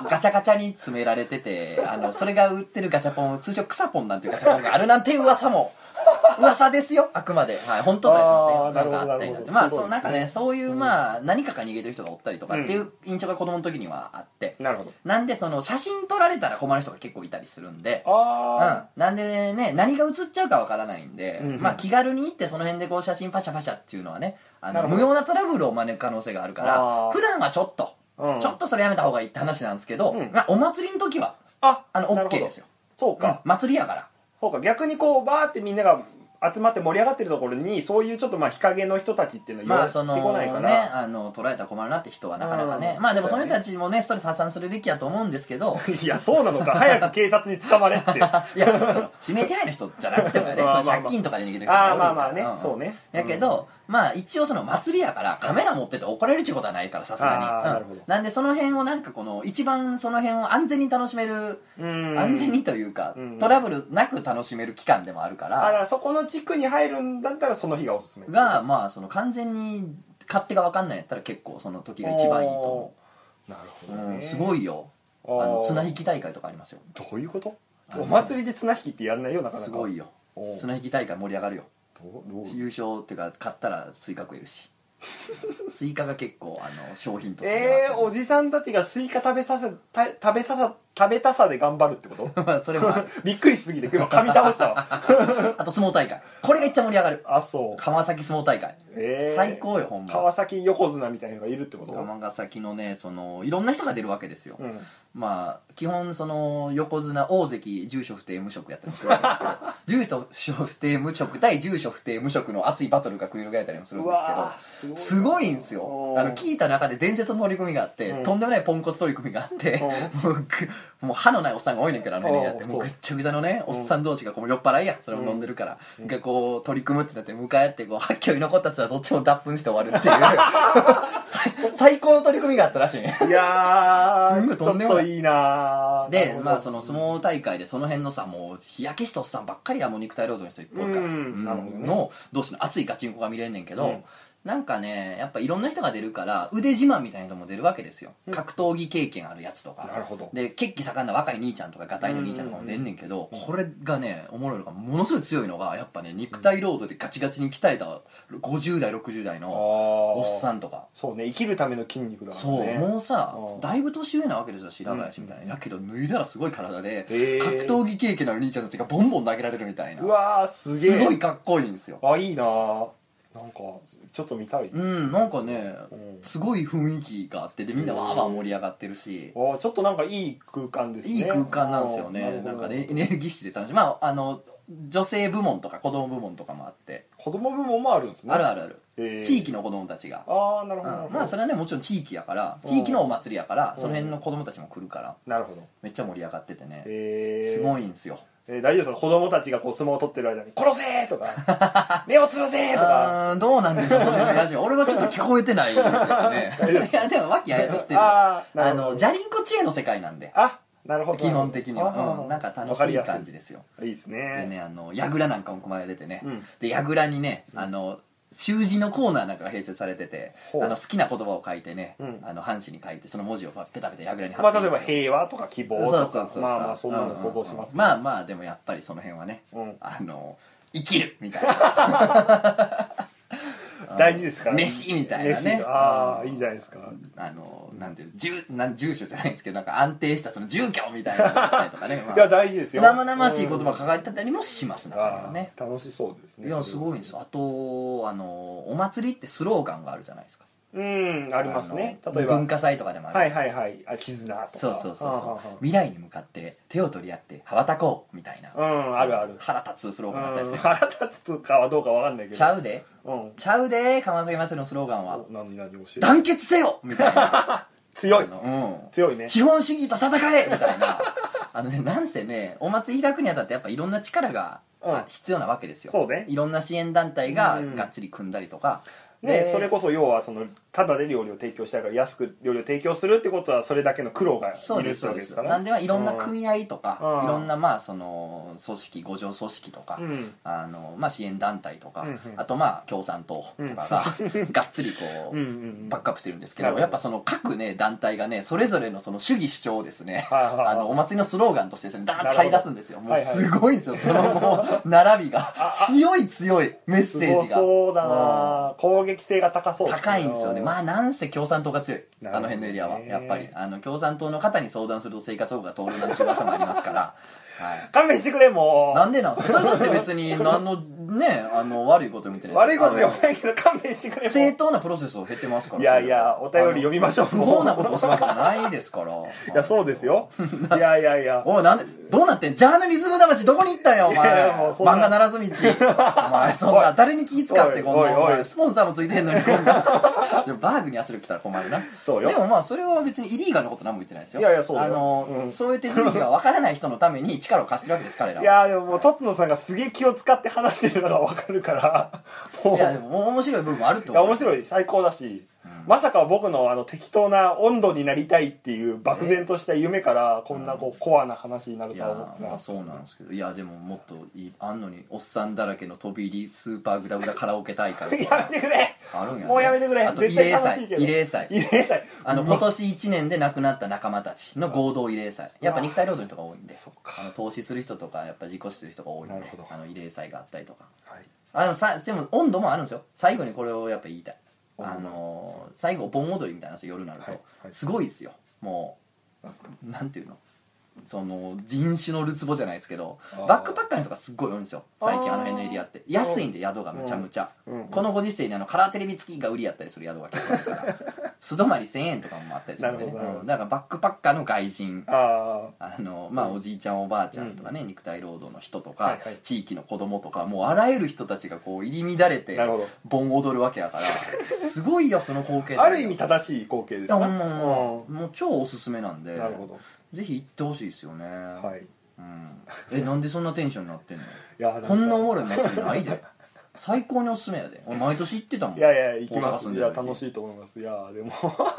[SPEAKER 2] ガチャガチャに詰められててあのそれが売ってるガチャポン通称草ポンなんていうガチャポンがあるなんて 噂も噂ですよあくまで、はい、本当とは言ってません
[SPEAKER 1] あー
[SPEAKER 2] なんかあったり
[SPEAKER 1] なる
[SPEAKER 2] な
[SPEAKER 1] ほ
[SPEAKER 2] んて
[SPEAKER 1] ど
[SPEAKER 2] ま
[SPEAKER 1] す
[SPEAKER 2] あ
[SPEAKER 1] ごい
[SPEAKER 2] そうなんかねそういうまあ何かから逃げてる人がおったりとかっていうう印象が子供の時にはあって、
[SPEAKER 1] なるほど
[SPEAKER 2] なんでその写真撮られたら困る人が結構いたりするんで
[SPEAKER 1] あ
[SPEAKER 2] うん、なんでね何が映っちゃうかわからないんで、
[SPEAKER 1] うんうん
[SPEAKER 2] まあ、気軽に行ってその辺でこう写真パシャパシャっていうのはねあ
[SPEAKER 1] なる
[SPEAKER 2] の
[SPEAKER 1] ほど
[SPEAKER 2] 無用なトラブルを招く可能性があるから
[SPEAKER 1] あー
[SPEAKER 2] 普段はちょっと、
[SPEAKER 1] あ、うん
[SPEAKER 2] ちょっとそれやめた方がいいって話なんですけど、
[SPEAKER 1] うん
[SPEAKER 2] まあ、お祭りの時は
[SPEAKER 1] あ
[SPEAKER 2] あの
[SPEAKER 1] なる
[SPEAKER 2] OK
[SPEAKER 1] ほど
[SPEAKER 2] ですよ、
[SPEAKER 1] そう
[SPEAKER 2] うん
[SPEAKER 1] か、
[SPEAKER 2] 祭りやから
[SPEAKER 1] そうか逆にこうバーってみんなが集まって盛り上がってるところにそういうちょっとまあ日陰の人たちっていうのは
[SPEAKER 2] ま
[SPEAKER 1] 言
[SPEAKER 2] あ
[SPEAKER 1] ってこ
[SPEAKER 2] その
[SPEAKER 1] ないから、
[SPEAKER 2] ねあの捉えたら困るなって人はなかなかね、
[SPEAKER 1] うん
[SPEAKER 2] まあでもその人たちもねストレス発散するべきやと思うんです けど
[SPEAKER 1] いやそうなのか早く警察に捕まれってあ
[SPEAKER 2] いやその指名手配の人じゃなくてもねそ
[SPEAKER 1] まあまあまあ
[SPEAKER 2] の借金とかで逃げてる人
[SPEAKER 1] あー
[SPEAKER 2] が多いか
[SPEAKER 1] ま
[SPEAKER 2] ら
[SPEAKER 1] あまあね、
[SPEAKER 2] うんうん
[SPEAKER 1] そうね
[SPEAKER 2] やけど、まあ一応その祭りやからカメラ持ってて怒られるってことはないからさす
[SPEAKER 1] あーな
[SPEAKER 2] が
[SPEAKER 1] る
[SPEAKER 2] に、
[SPEAKER 1] ほ
[SPEAKER 2] うん
[SPEAKER 1] ど
[SPEAKER 2] なんでその辺をなんかこの一番その辺を安全に楽しめる、
[SPEAKER 1] うん
[SPEAKER 2] 安全にというか、
[SPEAKER 1] うん
[SPEAKER 2] トラブルなく楽しめる期間でもあるか
[SPEAKER 1] あ
[SPEAKER 2] ら
[SPEAKER 1] らそこの地区に入るんだったらその日がおすすめ
[SPEAKER 2] がまあその完全に勝手が分かんないんやったら結構その時が一番いいと思
[SPEAKER 1] なるほ
[SPEAKER 2] う、
[SPEAKER 1] ど、
[SPEAKER 2] う
[SPEAKER 1] ね
[SPEAKER 2] ん、すごいよ
[SPEAKER 1] あ
[SPEAKER 2] あの綱引
[SPEAKER 1] き
[SPEAKER 2] き大会とかありますよ
[SPEAKER 1] どういうこと
[SPEAKER 2] あの
[SPEAKER 1] お祭りで綱引きってやらないよなかなか
[SPEAKER 2] すごいよ
[SPEAKER 1] おう
[SPEAKER 2] 綱引き大会盛り上がるよ
[SPEAKER 1] どうどう
[SPEAKER 2] 優勝っていうか勝ったらスイカ食え るしスイカが結構あの商品として
[SPEAKER 1] えー、
[SPEAKER 2] は
[SPEAKER 1] おじさんたちがスイカ食べさせた食べささ食べたさで頑張るってこと
[SPEAKER 2] まあそれもある
[SPEAKER 1] びっくりしすぎて今噛み倒した わ
[SPEAKER 2] あと相撲大会これが一番盛り上がる
[SPEAKER 1] あそう
[SPEAKER 2] 川崎相撲大会、
[SPEAKER 1] えー、
[SPEAKER 2] 最高よほんま
[SPEAKER 1] 川崎横綱みたいなのがいるってこと
[SPEAKER 2] 川崎のねそのいろんな人が出るわけですよ、
[SPEAKER 1] うん
[SPEAKER 2] まあ基本その横綱大関住所不定無職やったりもするわけです けど住所不定無職対住所不定無職の熱いバトルが繰り広げられたりもするん
[SPEAKER 1] う
[SPEAKER 2] ですけど
[SPEAKER 1] わー
[SPEAKER 2] すごいんですよ
[SPEAKER 1] おー
[SPEAKER 2] あの聞いた中で伝説の取り組みがあって、
[SPEAKER 1] うん
[SPEAKER 2] とんでもないポンコツ取り組みがあっ
[SPEAKER 1] う
[SPEAKER 2] て もうぐもう歯のないおっさんが多いねんけどあの辺にやって
[SPEAKER 1] おう
[SPEAKER 2] もうぐっちゃぐちゃのねお
[SPEAKER 1] うん
[SPEAKER 2] っさん同士がこう酔っ払いやそれを飲んでるから、がこう取り組むってなって向かい合ってこう発狂に残ったやつはどっちも脱粉して終わる っていう 最最高の取り組みがあったらしいね
[SPEAKER 1] いや
[SPEAKER 2] すんご
[SPEAKER 1] ー
[SPEAKER 2] い
[SPEAKER 1] ち
[SPEAKER 2] と
[SPEAKER 1] ょ
[SPEAKER 2] ん
[SPEAKER 1] っ
[SPEAKER 2] でも
[SPEAKER 1] と
[SPEAKER 2] ない
[SPEAKER 1] いいなーなる
[SPEAKER 2] で
[SPEAKER 1] ほど
[SPEAKER 2] まあその相撲大会でその辺のさもう日焼けしたおっさんばっかりやもう肉体労働の人いっぱいおるから、
[SPEAKER 1] うんなるほどね
[SPEAKER 2] の同士の熱いガチンコが見れんねんけど、
[SPEAKER 1] うん
[SPEAKER 2] なんかねやっぱいろんな人が出るから腕自慢みたいな人も出るわけですよ、
[SPEAKER 1] うん
[SPEAKER 2] 格闘技経験あるやつとか
[SPEAKER 1] なるほど
[SPEAKER 2] で血気盛んな若い兄ちゃんとかガタイの兄ちゃんとかも出んねんけど、これがねおもろいのがものすごい強いのがやっぱね肉体労働でガチガチに鍛えた50代60代
[SPEAKER 1] あ
[SPEAKER 2] のお
[SPEAKER 1] お
[SPEAKER 2] っさんとか
[SPEAKER 1] そうね生きるための筋肉だから
[SPEAKER 2] そう、
[SPEAKER 1] ね
[SPEAKER 2] もうさ
[SPEAKER 1] うん
[SPEAKER 2] だいぶ年上なわけですよ白林みたいな、やけど脱いだらすごい体で、
[SPEAKER 1] へー
[SPEAKER 2] 格闘技経験のある兄ちゃんたちがボンボン投げられるみたいな
[SPEAKER 1] うわーすげえ
[SPEAKER 2] すごいかっこいいんですよ
[SPEAKER 1] あいいなーなんかちょっと見たい、
[SPEAKER 2] うんなんかね
[SPEAKER 1] うん
[SPEAKER 2] すごい雰囲気があってでみんなわーわー盛り上がってるし、
[SPEAKER 1] あーちょっとなんかいい空間ですね
[SPEAKER 2] いい空間なんですよね
[SPEAKER 1] あーるほ
[SPEAKER 2] な
[SPEAKER 1] ど
[SPEAKER 2] んかねエネルギッシュで楽しいまああの女性部門とか子供部門とかもあって、
[SPEAKER 1] 子供部門もあるんですね
[SPEAKER 2] あるあるある、
[SPEAKER 1] えー
[SPEAKER 2] 地域の子供たちが、
[SPEAKER 1] ああなるほどなる
[SPEAKER 2] うん
[SPEAKER 1] ほど、
[SPEAKER 2] まあそれはねもちろん地域やから地域のお祭りやからその辺の子供たちも来るから
[SPEAKER 1] なるほど
[SPEAKER 2] めっちゃ盛り上がっててね
[SPEAKER 1] えー、
[SPEAKER 2] すごいんですよ
[SPEAKER 1] えー大丈夫ですか子供たちがこう相撲を取ってる間に「殺せ!」とか「目をつぶせ!」とか
[SPEAKER 2] あーどうなんでしょうねラジオ俺はちょっと聞こえてないですねいやでも和気あいあいとしてるあ
[SPEAKER 1] あーなるほど
[SPEAKER 2] のじゃりんこ知恵の世界なんで
[SPEAKER 1] あなるほど
[SPEAKER 2] 基本的に
[SPEAKER 1] あー
[SPEAKER 2] は、うん、なんか楽しい感じですよ
[SPEAKER 1] わかりやすいいいです
[SPEAKER 2] で
[SPEAKER 1] ね
[SPEAKER 2] ねあの櫓なんかもこの間出てね、
[SPEAKER 1] うん
[SPEAKER 2] で櫓にねあの習字のコーナーなんかが併設されてて
[SPEAKER 1] ほう
[SPEAKER 2] あの好きな言葉を書いてね、
[SPEAKER 1] うん
[SPEAKER 2] あの半紙に書いてその文字をペタペタ櫓に貼
[SPEAKER 1] ま
[SPEAKER 2] って
[SPEAKER 1] あ
[SPEAKER 2] い
[SPEAKER 1] 例えば
[SPEAKER 2] え
[SPEAKER 1] 平和とか希望
[SPEAKER 2] そう
[SPEAKER 1] と
[SPEAKER 2] そう
[SPEAKER 1] か
[SPEAKER 2] そうそう
[SPEAKER 1] まあまあそんなの想像します
[SPEAKER 2] うんうんうんまあまあでもやっぱりその辺はね、
[SPEAKER 1] うん
[SPEAKER 2] あの生きるみたいな
[SPEAKER 1] 大事ですから
[SPEAKER 2] 飯みたいな
[SPEAKER 1] 飯
[SPEAKER 2] ね
[SPEAKER 1] とああ
[SPEAKER 2] うん
[SPEAKER 1] いいじゃないですか
[SPEAKER 2] あのなんていう住なん住所じゃないんですけどなんか安定したその住居みたいなのだったりと かね、まあ
[SPEAKER 1] いや大事ですよ
[SPEAKER 2] 生々しい言葉書かれてたりもします
[SPEAKER 1] うん
[SPEAKER 2] だから
[SPEAKER 1] あ
[SPEAKER 2] ね
[SPEAKER 1] ー楽しそうですね
[SPEAKER 2] いやすごいんですよあとあのお祭りってスローガンがあるじゃないですか
[SPEAKER 1] うんありますね
[SPEAKER 2] あの
[SPEAKER 1] 例えば
[SPEAKER 2] 文化祭とかでもある、
[SPEAKER 1] はいはいはいあ絆とか
[SPEAKER 2] そうそうそうそう
[SPEAKER 1] はんはんはん
[SPEAKER 2] 未来に向かって手を取り合って羽ばたこうみたいな、
[SPEAKER 1] うんあるある
[SPEAKER 2] 腹立つスロー
[SPEAKER 1] う
[SPEAKER 2] ガンだったりす
[SPEAKER 1] ん
[SPEAKER 2] る、
[SPEAKER 1] 腹立つとかはどうかわかんないけど
[SPEAKER 2] ちゃうで
[SPEAKER 1] うん
[SPEAKER 2] ちゃうで川崎祭りのスローガンは
[SPEAKER 1] お何何教
[SPEAKER 2] 「
[SPEAKER 1] えて
[SPEAKER 2] 団結せよ!」みたいな
[SPEAKER 1] 強い
[SPEAKER 2] あの
[SPEAKER 1] 強いうね
[SPEAKER 2] ん、資本主義と戦えみたいなあのねなんせねお祭り開くにあたってやっぱいろんな力が、
[SPEAKER 1] うん
[SPEAKER 2] あ必要なわけですよ
[SPEAKER 1] そうね
[SPEAKER 2] いろんな支援団体が
[SPEAKER 1] うん
[SPEAKER 2] がっつり組んだりとか、
[SPEAKER 1] ね
[SPEAKER 2] で
[SPEAKER 1] それこそ要はそのただで料理を提供したいから安く料理を提供するってことはそれだけの苦労が
[SPEAKER 2] そう
[SPEAKER 1] いる
[SPEAKER 2] で
[SPEAKER 1] っ
[SPEAKER 2] す
[SPEAKER 1] て
[SPEAKER 2] そ
[SPEAKER 1] わ
[SPEAKER 2] う
[SPEAKER 1] け
[SPEAKER 2] で
[SPEAKER 1] です
[SPEAKER 2] す
[SPEAKER 1] から
[SPEAKER 2] なんでまあいろんな
[SPEAKER 1] うん
[SPEAKER 2] 組合とか、
[SPEAKER 1] うん
[SPEAKER 2] いろんなまあその組織五条組織とか、
[SPEAKER 1] うん
[SPEAKER 2] あのまあ、支援団体とか、
[SPEAKER 1] うんうん
[SPEAKER 2] あとまあ共産党とかが、がっつりこう、
[SPEAKER 1] うんうんうん
[SPEAKER 2] バックアップしてるんですけ
[SPEAKER 1] なる
[SPEAKER 2] ど
[SPEAKER 1] ほど
[SPEAKER 2] やっぱその各ね団体がねそれぞれのその主義主張をですね、
[SPEAKER 1] はいはいはい
[SPEAKER 2] あのお祭りのスローガンとしてですねダーッと張り出すんですよもう
[SPEAKER 1] はいはい
[SPEAKER 2] すごいん ですよ、そのもう並びが強い強いメッ
[SPEAKER 1] す
[SPEAKER 2] セー
[SPEAKER 1] ご
[SPEAKER 2] ジが
[SPEAKER 1] そうだ
[SPEAKER 2] うん
[SPEAKER 1] な攻撃性が高そう
[SPEAKER 2] 高いんですよねまあなんせ共産党が強いあ
[SPEAKER 1] なる
[SPEAKER 2] の
[SPEAKER 1] ほどね
[SPEAKER 2] 辺のエリアはやっぱりあの共産党の方に相談すると生活保護が通るなんていう噂もあります から、はい、
[SPEAKER 1] 勘弁してくれも
[SPEAKER 2] なんでなんですかそれだって別に何のねあの悪いこと言って
[SPEAKER 1] う
[SPEAKER 2] ない
[SPEAKER 1] 悪いことでは
[SPEAKER 2] あの
[SPEAKER 1] ないけど勘弁してくれも
[SPEAKER 2] 正当なプロセスを経てますか
[SPEAKER 1] う
[SPEAKER 2] ら
[SPEAKER 1] いやいやお便り読
[SPEAKER 2] み
[SPEAKER 1] みましょう
[SPEAKER 2] 不法なこと
[SPEAKER 1] い
[SPEAKER 2] をするわけじゃないですからい
[SPEAKER 1] やそうです よいやいやいや
[SPEAKER 2] おいなんでどうなってんジャーナリズム魂どこに行ったんよお前
[SPEAKER 1] いやいやもうそんな
[SPEAKER 2] 漫画ならず道お前そんな誰に気使ってこん
[SPEAKER 1] おいお
[SPEAKER 2] な
[SPEAKER 1] い
[SPEAKER 2] お
[SPEAKER 1] お
[SPEAKER 2] 前
[SPEAKER 1] い
[SPEAKER 2] スポンサーもついてんのに こんなでもバーグに圧力来たら困るな
[SPEAKER 1] そうよ
[SPEAKER 2] でもまあそれは別にイリーガルのこと何も言ってないですよ
[SPEAKER 1] いやいやそうだ
[SPEAKER 2] あ
[SPEAKER 1] よ
[SPEAKER 2] の、
[SPEAKER 1] うん
[SPEAKER 2] そういう手続きが分からない人のために力を貸してるわけです彼らはい
[SPEAKER 1] やでももうトツノさんがすげえ気を使って話してるのがわかるからもう
[SPEAKER 2] いやでも面白い部分もあると
[SPEAKER 1] いや
[SPEAKER 2] 思う
[SPEAKER 1] 面白い最高だし、まさか僕のあの適当な温度になりたいっていう漠然とした夢からこんなこうコアな話になる
[SPEAKER 2] い
[SPEAKER 1] と
[SPEAKER 2] や
[SPEAKER 1] は思って
[SPEAKER 2] ま
[SPEAKER 1] な
[SPEAKER 2] あ
[SPEAKER 1] い
[SPEAKER 2] そうなんですけどいやでももっといいあんのにおっさんだらけの飛び入りスーパーグダグダカラオケ大会とか
[SPEAKER 1] やめてくれ
[SPEAKER 2] あるんや、ね、
[SPEAKER 1] もうやめてくれ
[SPEAKER 2] あと
[SPEAKER 1] 絶
[SPEAKER 2] 慰
[SPEAKER 1] 対
[SPEAKER 2] 霊
[SPEAKER 1] 楽しい
[SPEAKER 2] 祭
[SPEAKER 1] けど
[SPEAKER 2] 慰霊祭
[SPEAKER 1] 慰霊祭
[SPEAKER 2] あの
[SPEAKER 1] う
[SPEAKER 2] 今
[SPEAKER 1] わ
[SPEAKER 2] 年1年で亡くなった仲間たちの合同慰霊祭やっぱ肉体労働の人が多いんで
[SPEAKER 1] そっ
[SPEAKER 2] あの
[SPEAKER 1] か
[SPEAKER 2] 投資する人とかやっぱ自己死する人が多いん
[SPEAKER 1] な
[SPEAKER 2] で
[SPEAKER 1] るほど
[SPEAKER 2] あの慰霊祭があったりとか
[SPEAKER 1] はい
[SPEAKER 2] あのさでも温度もあるんですよ最後にこれをやっぱ言いたい
[SPEAKER 1] お
[SPEAKER 2] あのー最後盆踊りみたいな話夜になると、
[SPEAKER 1] はいはい
[SPEAKER 2] すごいですよも
[SPEAKER 1] なんすか
[SPEAKER 2] うなんていうのその人種のるつぼじゃないですけど
[SPEAKER 1] あー
[SPEAKER 2] バックパッカーの人がすっごい多いんですよ最近
[SPEAKER 1] あー
[SPEAKER 2] あの辺のエリアって安いんで宿がむちゃむちゃ、
[SPEAKER 1] うんうん
[SPEAKER 2] このご時世にあのカラーテレビ付きが売りやったりする宿が結構あるから素泊まり1000円とかもあったりするんでね
[SPEAKER 1] なるほどなるほど
[SPEAKER 2] うんだからバックパッカーの外人
[SPEAKER 1] あ
[SPEAKER 2] あのまあ、おじいちゃんおばあちゃんとかね、肉体労働の人とか、
[SPEAKER 1] はいはい
[SPEAKER 2] 地域の子供とかもうあらゆる人たちがこう入り乱れて
[SPEAKER 1] なるほど
[SPEAKER 2] 盆踊るわけやからすごいよその光景
[SPEAKER 1] あある意味正しい光景です
[SPEAKER 2] だ
[SPEAKER 1] な
[SPEAKER 2] もう
[SPEAKER 1] うん
[SPEAKER 2] もう超おすすめなんで
[SPEAKER 1] なるほど
[SPEAKER 2] ぜひ行ってほしいですよね、
[SPEAKER 1] はいい
[SPEAKER 2] うん、えなんでそんなテンションになってんの
[SPEAKER 1] や なんか
[SPEAKER 2] こんなおもろい祭りないで最高におすすめやで俺毎年行ってたもん
[SPEAKER 1] いやいや行き
[SPEAKER 2] 大
[SPEAKER 1] ま
[SPEAKER 2] 阪住
[SPEAKER 1] す
[SPEAKER 2] ん
[SPEAKER 1] い
[SPEAKER 2] でる
[SPEAKER 1] や
[SPEAKER 2] 時
[SPEAKER 1] 楽しいと思いますいやでも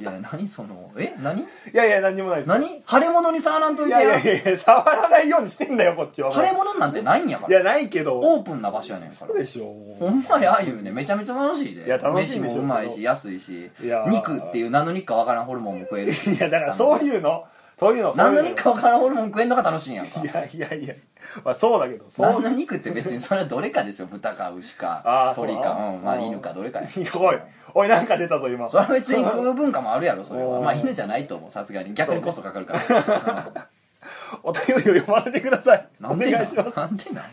[SPEAKER 2] いや何そのえ何
[SPEAKER 1] いやいや何にもないです
[SPEAKER 2] 何腫れ物に触らんと
[SPEAKER 1] い
[SPEAKER 2] いてや
[SPEAKER 1] やいやいや触らないようにしてんだよこっちはもう
[SPEAKER 2] 腫れ物なんてないんやか
[SPEAKER 1] い
[SPEAKER 2] ら
[SPEAKER 1] やないけど
[SPEAKER 2] オープンな場所やねんから
[SPEAKER 1] そうでしょもう
[SPEAKER 2] ほんまにああいうねめちゃめちゃ楽しいで
[SPEAKER 1] いや楽しいんで
[SPEAKER 2] 飯
[SPEAKER 1] すよ
[SPEAKER 2] もうまいし安いし
[SPEAKER 1] いやー
[SPEAKER 2] 肉っていう何の肉かわからんホルモンも食えるし
[SPEAKER 1] いやだからそう
[SPEAKER 2] う
[SPEAKER 1] いうのそういうの
[SPEAKER 2] 何の
[SPEAKER 1] そういう
[SPEAKER 2] 肉かわからんホルモン食えんのが楽しいんやんか
[SPEAKER 1] いやいやいや、まあ、そうだけどそう
[SPEAKER 2] 何の肉って別にそれはどれかですよ豚か牛か
[SPEAKER 1] あー
[SPEAKER 2] 鳥
[SPEAKER 1] そうな
[SPEAKER 2] か
[SPEAKER 1] の
[SPEAKER 2] うんまあ
[SPEAKER 1] うん
[SPEAKER 2] 犬かどれかや
[SPEAKER 1] おいおいなんか出たぞ今
[SPEAKER 2] それは別に食う文化もあるやろそれは
[SPEAKER 1] うん
[SPEAKER 2] まあ犬じゃないと思うさすがに逆にコストかかるから
[SPEAKER 1] お便りを読ませてください
[SPEAKER 2] うん
[SPEAKER 1] お
[SPEAKER 2] なんでな
[SPEAKER 1] 願い
[SPEAKER 2] ん
[SPEAKER 1] します
[SPEAKER 2] なんでなん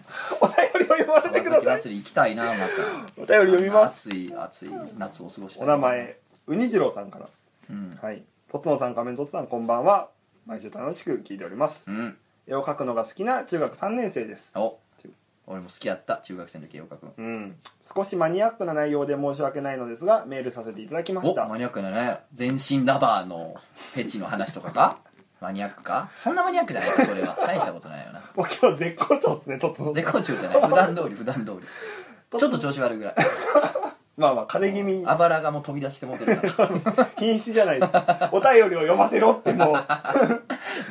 [SPEAKER 1] お便りを読ませてくだ
[SPEAKER 2] 川崎
[SPEAKER 1] さい
[SPEAKER 2] 祭り行きたいなまた
[SPEAKER 1] お便り読みます
[SPEAKER 2] 暑い暑い夏を過ごして
[SPEAKER 1] お名前うにじろうさんから
[SPEAKER 2] うん
[SPEAKER 1] はいとつのさん仮面とつさんこんばんは毎週楽しく聞いております
[SPEAKER 2] うん
[SPEAKER 1] 絵を描くのが好きな中学3年生です
[SPEAKER 2] お俺も好きやった中学生の時岡君
[SPEAKER 1] うん、少しマニアックな内容で申し訳ないのですがメールさせていただきまし
[SPEAKER 2] お
[SPEAKER 1] た
[SPEAKER 2] マニアックだね全身ラバーのフェチの話とかかマニアックかそんなマニアックじゃないかそれは大したことないよな
[SPEAKER 1] もう今日絶好調ですねとっと
[SPEAKER 2] 絶好調じゃない普段通り普段通りちょっと調子悪 いぐらい
[SPEAKER 1] まあまあ風邪気味
[SPEAKER 2] あばらがもう飛び出してもうてるから
[SPEAKER 1] 瀕死じゃないですお便りを読ませろってもう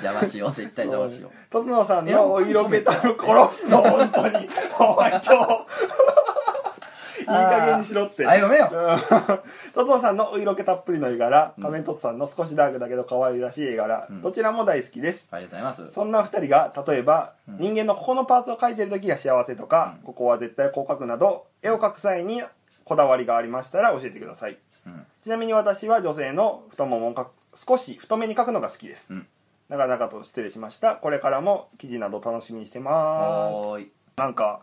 [SPEAKER 2] 邪魔しよう絶対邪魔しよう
[SPEAKER 1] とつのさんのお色ベタを殺すぞ本当にお前今日いい加減にしろって
[SPEAKER 2] あやめよ
[SPEAKER 1] うんトトさんのお色気たっぷりの絵柄、仮面トトさんの少しダークだけど可愛らしい絵柄、
[SPEAKER 2] うん
[SPEAKER 1] どちらも大好きです
[SPEAKER 2] ありがとうございます
[SPEAKER 1] そんな2人が例えば、
[SPEAKER 2] うん
[SPEAKER 1] 人間のここのパーツを描いてる時が幸せとか、
[SPEAKER 2] うん
[SPEAKER 1] ここは絶対こう描くなど絵を描く際にこだわりがありましたら教えてください
[SPEAKER 2] うん
[SPEAKER 1] ちなみに私は女性の太ももを描く少し太めに描くのが好きです、
[SPEAKER 2] うん
[SPEAKER 1] なかなかと失礼しましたこれからも記事など楽しみにしてます
[SPEAKER 2] はーい
[SPEAKER 1] なんか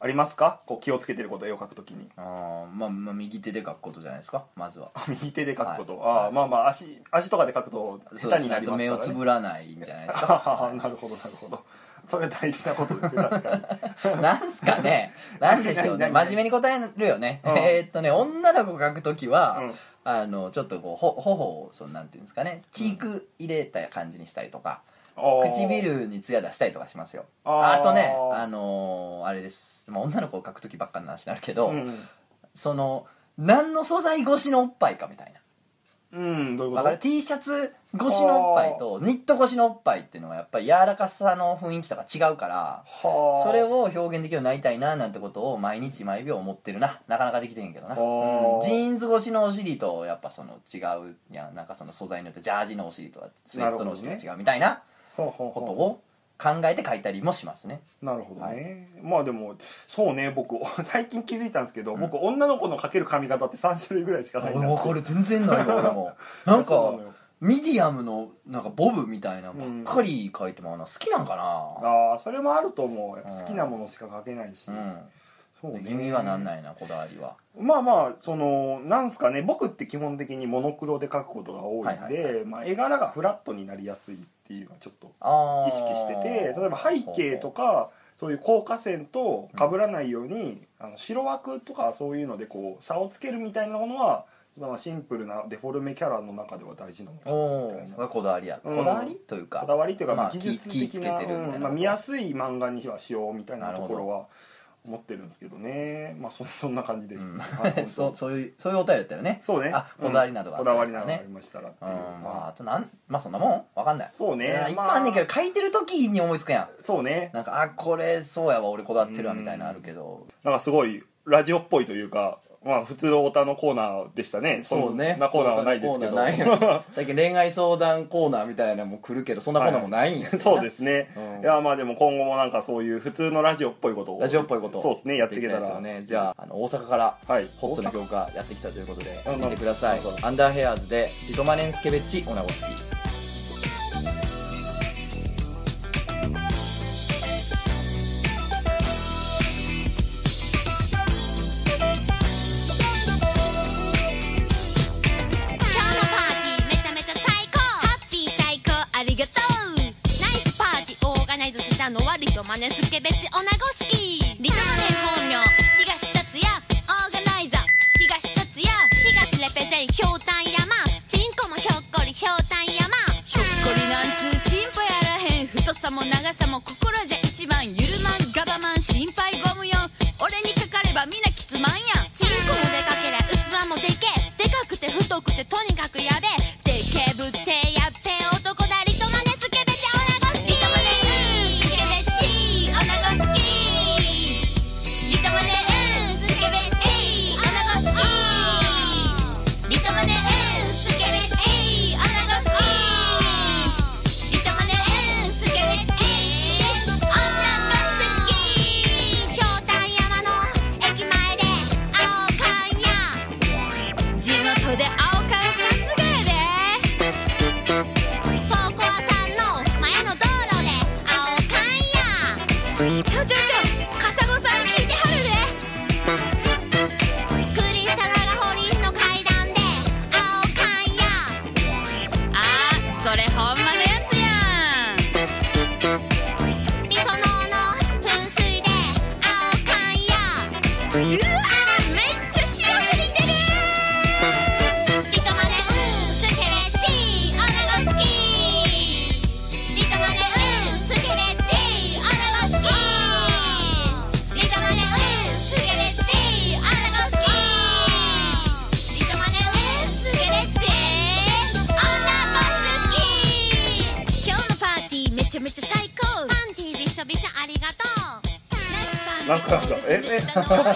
[SPEAKER 1] ありますかこう気をつけてること絵を描くときに
[SPEAKER 2] あーまあまあ右手で書くことじゃないですかまずは
[SPEAKER 1] 右手で書くこと、
[SPEAKER 2] はい
[SPEAKER 1] ああまあまあ足足とかで書くと
[SPEAKER 2] そう
[SPEAKER 1] 下手に
[SPEAKER 2] ですね
[SPEAKER 1] な
[SPEAKER 2] あ
[SPEAKER 1] り
[SPEAKER 2] と
[SPEAKER 1] ます
[SPEAKER 2] 目
[SPEAKER 1] か
[SPEAKER 2] を
[SPEAKER 1] ら
[SPEAKER 2] つ
[SPEAKER 1] ね
[SPEAKER 2] ぶらないんじゃないで すか
[SPEAKER 1] ああなるほどなるほどそれ大事なことです ね確かに
[SPEAKER 2] なんすかねなんでしょうね
[SPEAKER 1] 何何何
[SPEAKER 2] 真面目に答えるよね、
[SPEAKER 1] うん
[SPEAKER 2] えーっとね女の子書くときは、
[SPEAKER 1] うん
[SPEAKER 2] あのちょっとこうほ頬をそのなんていうんですかねチーク入れた感じにしたりとか、
[SPEAKER 1] ああ
[SPEAKER 2] 唇にツヤ出したりとかしますよ
[SPEAKER 1] あ
[SPEAKER 2] あ
[SPEAKER 1] ー
[SPEAKER 2] とねあのーあれです、まあ、女の子を書くときばっかの話になるけど、
[SPEAKER 1] うん、
[SPEAKER 2] その何の素材越しのおっぱいかみたいな
[SPEAKER 1] うん、どういう
[SPEAKER 2] わ
[SPEAKER 1] こと
[SPEAKER 2] かる T シャツ越しのおっぱいとニット越しのおっぱいっていうのはやっぱり柔らかさの雰囲気とか違うから
[SPEAKER 1] はあ
[SPEAKER 2] それを表現できるようになりたいななんてことを毎日毎秒思ってるななかなかできてへんけどな、
[SPEAKER 1] あー
[SPEAKER 2] うんジーンズ越しのお尻とやっぱその違うやんなんかその素材によってジャージのお尻とはスウェットのお尻とは違うみたいな
[SPEAKER 1] ほうほう
[SPEAKER 2] こと
[SPEAKER 1] ほ
[SPEAKER 2] を考えて書いたりもしますね
[SPEAKER 1] うなるほどね、まあでもそうね僕 最近気づいたんですけど、僕女の子の描ける髪型って3種類ぐらいしかないんだ
[SPEAKER 2] わかる全然ない わ俺もなん
[SPEAKER 1] そう
[SPEAKER 2] か
[SPEAKER 1] のよ
[SPEAKER 2] ミディアムのなんかボブみたいなばっかり書いてもらうな好きなんかな
[SPEAKER 1] ああそれもあると思うやっぱ好きなものしか描けないし、そう
[SPEAKER 2] う
[SPEAKER 1] ね
[SPEAKER 2] ん君はなんないなこだわりは
[SPEAKER 1] まあまあそのなんすかね僕って基本的にモノクロで描くことが多いんで、
[SPEAKER 2] はい
[SPEAKER 1] まあ、絵柄がフラットになりやすいっていうのはちょっと
[SPEAKER 2] あー
[SPEAKER 1] 意識してて例えば背景とかそういう高架線と被らないように、あの白枠とかそういうのでこう差をつけるみたいなものはまあシンプルなデフォルメキャラの中では大事なのか
[SPEAKER 2] お
[SPEAKER 1] な
[SPEAKER 2] おーがこだわりや、
[SPEAKER 1] うん
[SPEAKER 2] こだわりというか
[SPEAKER 1] こだわりというか、
[SPEAKER 2] まあ
[SPEAKER 1] 技術
[SPEAKER 2] 気気
[SPEAKER 1] 的
[SPEAKER 2] つけて
[SPEAKER 1] な
[SPEAKER 2] るみたいなこと
[SPEAKER 1] うんまあ見やすい漫画にはしようみたいなところは思ってるんですけどねまあそそん な感じです、はい
[SPEAKER 2] そうそういうそういうお便りだったよね
[SPEAKER 1] そうね。
[SPEAKER 2] あ
[SPEAKER 1] うん
[SPEAKER 2] こだわりなどがあ
[SPEAKER 1] こ
[SPEAKER 2] った
[SPEAKER 1] だ
[SPEAKER 2] ら
[SPEAKER 1] わりなどがあ
[SPEAKER 2] ね
[SPEAKER 1] りましたらって
[SPEAKER 2] う
[SPEAKER 1] い
[SPEAKER 2] ん
[SPEAKER 1] う。
[SPEAKER 2] まああ
[SPEAKER 1] まあ
[SPEAKER 2] となんまあそんなもんわかんない
[SPEAKER 1] そうね
[SPEAKER 2] いやいっぱい
[SPEAKER 1] まあ
[SPEAKER 2] あんねんけど書いてる時に思いつくやん
[SPEAKER 1] そうね。
[SPEAKER 2] なんかあこれそうやわ俺こだわってるわ
[SPEAKER 1] うん
[SPEAKER 2] みたいなのあるけど
[SPEAKER 1] なんかすごいラジオっぽいというか、まあ普通のオタのコーナーでしたね。
[SPEAKER 2] そうね
[SPEAKER 1] そんなコーナーはないですけ
[SPEAKER 2] そんなコーナ
[SPEAKER 1] ど。
[SPEAKER 2] ーないよ最近恋愛相談コーナーみたいなのも来るけどそんなコーナーもないんや
[SPEAKER 1] そうですね
[SPEAKER 2] う。ん
[SPEAKER 1] いやまあでも今後もなんかそういう普通のラジオっぽいことを。
[SPEAKER 2] ラジオっぽいこと
[SPEAKER 1] そうですね。やっていけた
[SPEAKER 2] でき
[SPEAKER 1] ら。
[SPEAKER 2] たらですよねじゃああの大阪から
[SPEAKER 1] はい。
[SPEAKER 2] ホットな評価やってきたということで
[SPEAKER 1] うんうん
[SPEAKER 2] 見てください
[SPEAKER 1] そう
[SPEAKER 2] アンダーヘアーズでリトマネンスケベッチオナゴスキ
[SPEAKER 3] 今日のパーティーめちゃめちゃ最高ハッピー最高ありがとうナイスパーティーオーガナイズしたのはリトマネスケベチオナゴスキーリトマネ本名東達也オーガナイザー東達也東レペゼンひょうたん山チンコもひょっこりひょうたん山ひょっこりなんつうチンポやらへん太さも長さも心じゃ一番ゆるまんガバマン心配ご無用俺にかかればみんなきつまんやチンコもでかけりゃ器もでけえでかくて太くてとにかくやべえでけぶってやって男だりとまねつけべちオナゴスキーリトマネスケベチオナゴスキーリトマネスケベチオナゴスキーリトマネスケベチオナゴスキーリトマネスケベチオナゴスキーひょうたん山の駅前で青缶や地元で青缶さすがやで
[SPEAKER 1] なんすかなんすかええ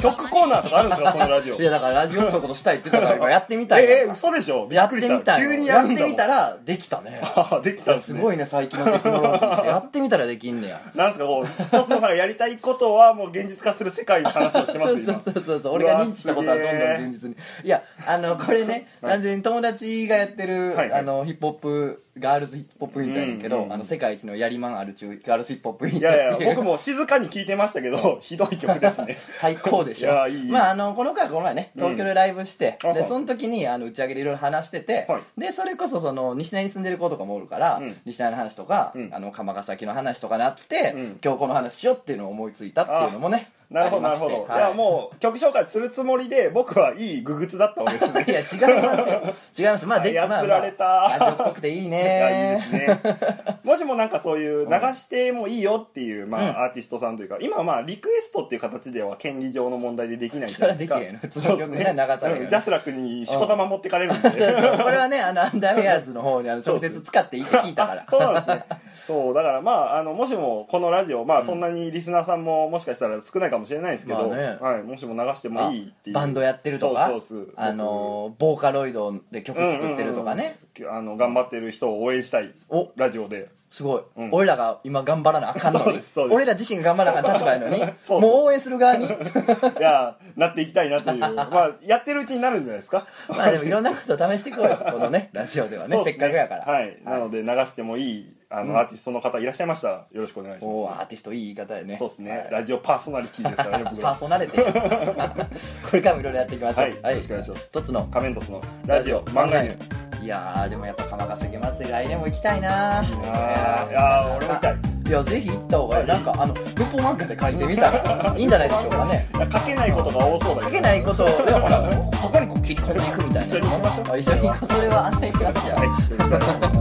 [SPEAKER 1] 曲曲コーナーとかあるんですかこのラジオ
[SPEAKER 2] いやだからラジオのことしたいって言ったから今やってみたい
[SPEAKER 1] ええ嘘でしょび
[SPEAKER 2] や
[SPEAKER 1] っ
[SPEAKER 2] っ
[SPEAKER 1] く
[SPEAKER 2] て
[SPEAKER 1] り
[SPEAKER 2] み
[SPEAKER 1] した
[SPEAKER 2] たい
[SPEAKER 1] 急にや
[SPEAKER 2] や
[SPEAKER 1] る
[SPEAKER 2] っ
[SPEAKER 1] ん
[SPEAKER 2] て
[SPEAKER 1] だもん
[SPEAKER 2] みたらできたね
[SPEAKER 1] あ できたんです
[SPEAKER 2] す
[SPEAKER 1] ね
[SPEAKER 2] ごいね最近のテクノロジー ってやってみたらできんねや
[SPEAKER 1] なんすかこうトップさんがやりたいことはもう現実化する世界の話をしてま
[SPEAKER 2] そ
[SPEAKER 1] す
[SPEAKER 2] う
[SPEAKER 1] よ今
[SPEAKER 2] そうそうそうそう俺が認知したことはどんど
[SPEAKER 1] うわすげ
[SPEAKER 2] ん
[SPEAKER 1] え
[SPEAKER 2] 現実にいやあのこれね単純に友達がやってる、
[SPEAKER 1] はいはい
[SPEAKER 2] あのヒップホップガールズヒップホップユニットやねんけど、
[SPEAKER 1] うんうんうん
[SPEAKER 2] あの世界一のやりまんある中ガールズヒップホップユニ
[SPEAKER 1] い
[SPEAKER 2] ット
[SPEAKER 1] や
[SPEAKER 2] っ
[SPEAKER 1] い
[SPEAKER 2] て
[SPEAKER 1] や
[SPEAKER 2] う
[SPEAKER 1] 僕も静かに聞いてましたけどひどい曲ですね
[SPEAKER 2] 最高でしょ
[SPEAKER 1] いやいい
[SPEAKER 2] まああのこの回この前ね東京でライブして、
[SPEAKER 1] うんあ
[SPEAKER 2] で
[SPEAKER 1] そう
[SPEAKER 2] その時にあの打ち上げでいろいろ話してて、
[SPEAKER 1] はい
[SPEAKER 2] でそれこそその西成に住んでる子とかもおるから、
[SPEAKER 1] うん
[SPEAKER 2] 西成の話とか、
[SPEAKER 1] うん
[SPEAKER 2] あの釜ヶ崎の話とかなって、
[SPEAKER 1] うん
[SPEAKER 2] 今日この話しようっていうのを思いついたっていうのもね
[SPEAKER 1] なるほど
[SPEAKER 2] あ
[SPEAKER 1] な
[SPEAKER 2] り
[SPEAKER 1] る
[SPEAKER 2] まし
[SPEAKER 1] ほ
[SPEAKER 2] て
[SPEAKER 1] ど、
[SPEAKER 2] はい
[SPEAKER 1] い、やもう曲紹介するつもりで僕はいいググツだったわけですね
[SPEAKER 2] いや違いま すよ違いますよまあで
[SPEAKER 1] 操
[SPEAKER 2] まあ
[SPEAKER 1] られた
[SPEAKER 2] まあラジオっぽくていい
[SPEAKER 1] いや
[SPEAKER 2] ね
[SPEAKER 1] いいですねもしもなんかそういう流してもいいよっていう、ま
[SPEAKER 2] うん
[SPEAKER 1] あ、アーティストさんというか今はまあリクエストっていう形では権利上の問題でできないじ
[SPEAKER 2] そ
[SPEAKER 1] ゃ
[SPEAKER 2] れ
[SPEAKER 1] ない
[SPEAKER 2] は
[SPEAKER 1] で
[SPEAKER 2] ですき
[SPEAKER 1] か
[SPEAKER 2] ないの普通の曲ね流される
[SPEAKER 1] う
[SPEAKER 2] よ
[SPEAKER 1] ん
[SPEAKER 2] ね
[SPEAKER 1] ジャスラックにしこたま持ってかれるん
[SPEAKER 2] そう
[SPEAKER 1] で
[SPEAKER 2] そうこれはねあのアンダーウェアーズの方に あの直接使っていいって聞いたから
[SPEAKER 1] そうなんですねそうだからまああのもしもこのラジオまあそんなにリスナーさんももしかしたら少ないかもしれないですけど、
[SPEAKER 2] まあね
[SPEAKER 1] はい、もしも流してもいいっていう
[SPEAKER 2] バンドやってるとか
[SPEAKER 1] そうそうそう
[SPEAKER 2] あのボーカロイドで曲作ってるとかね、
[SPEAKER 1] うんうんうんあの頑張ってる人を応援したい
[SPEAKER 2] お
[SPEAKER 1] ラジオです
[SPEAKER 2] ごい、
[SPEAKER 1] うん
[SPEAKER 2] 俺らが今頑張らなあかんの
[SPEAKER 1] そう
[SPEAKER 2] に
[SPEAKER 1] ですそうです
[SPEAKER 2] 俺ら自身が頑張らなあかん立場やのに
[SPEAKER 1] そう
[SPEAKER 2] もう応援する側に
[SPEAKER 1] いやなっていきたいなって いうまあやってるうちになるんじゃないですか
[SPEAKER 2] まあでもいろんなこと試していこうよこ のねラジオではね
[SPEAKER 1] そう
[SPEAKER 2] せ
[SPEAKER 1] です
[SPEAKER 2] っかくやから、
[SPEAKER 1] はい、なので流してもいいあの、アーティストの方いらっしゃいましたらよろしくお願いし
[SPEAKER 2] おお
[SPEAKER 1] ま
[SPEAKER 2] アーティストいい言い方やね
[SPEAKER 1] すそうですね、
[SPEAKER 2] はい
[SPEAKER 1] ラジオパーソナリティです からね僕
[SPEAKER 2] パー
[SPEAKER 1] ら
[SPEAKER 2] ソナリティこれからもいろいろやっていきましょう
[SPEAKER 1] はいよろしくお願いします
[SPEAKER 2] 一つの
[SPEAKER 1] 仮面凸のラジオ漫画犬
[SPEAKER 2] いやーでもやっぱ釜ヶ崎祭り来年も行きたいなー
[SPEAKER 1] いやーいやー俺も行きたい
[SPEAKER 2] いやぜひ行った方がいいなんかあのルポ漫画で書いてみたらいいんじゃないでしょうかね
[SPEAKER 1] いや書けないことが多そうだ
[SPEAKER 2] 書
[SPEAKER 1] け
[SPEAKER 2] け
[SPEAKER 1] ど
[SPEAKER 2] ないことをでもほらそそこにこう切り込んでいくみたいな
[SPEAKER 1] 一緒に行きましょう
[SPEAKER 2] あ一緒に行こうそれは案内しますよ、
[SPEAKER 1] はいよろしくお願いします